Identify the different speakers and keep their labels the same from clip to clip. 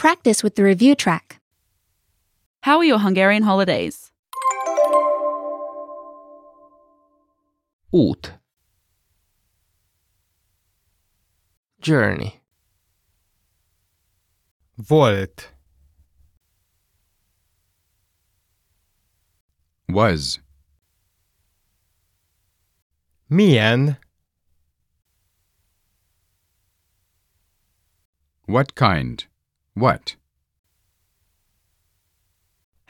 Speaker 1: practice with the review track.
Speaker 2: How are your Hungarian holidays?
Speaker 3: Út. Journey.
Speaker 4: Volt.
Speaker 5: was,
Speaker 4: Milyen?
Speaker 5: what kind, what,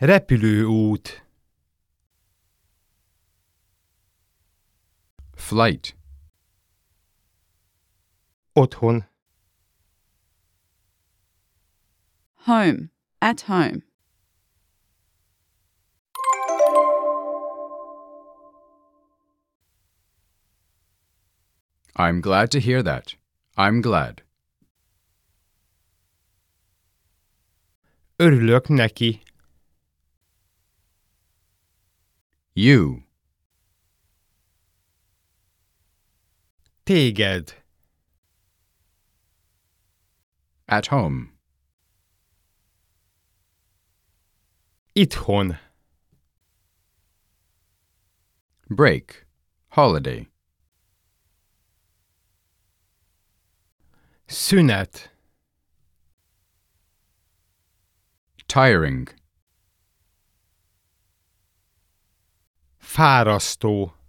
Speaker 4: Repülőút.
Speaker 5: flight,
Speaker 4: Otthon.
Speaker 2: Home. At home.
Speaker 5: I'm glad to hear that. I'm glad.
Speaker 4: Örülök neki.
Speaker 5: You,
Speaker 4: Téged.
Speaker 5: at home,
Speaker 4: Itthon.
Speaker 5: break, holiday,
Speaker 4: Szünet.
Speaker 5: tiring,
Speaker 4: Fárasztó.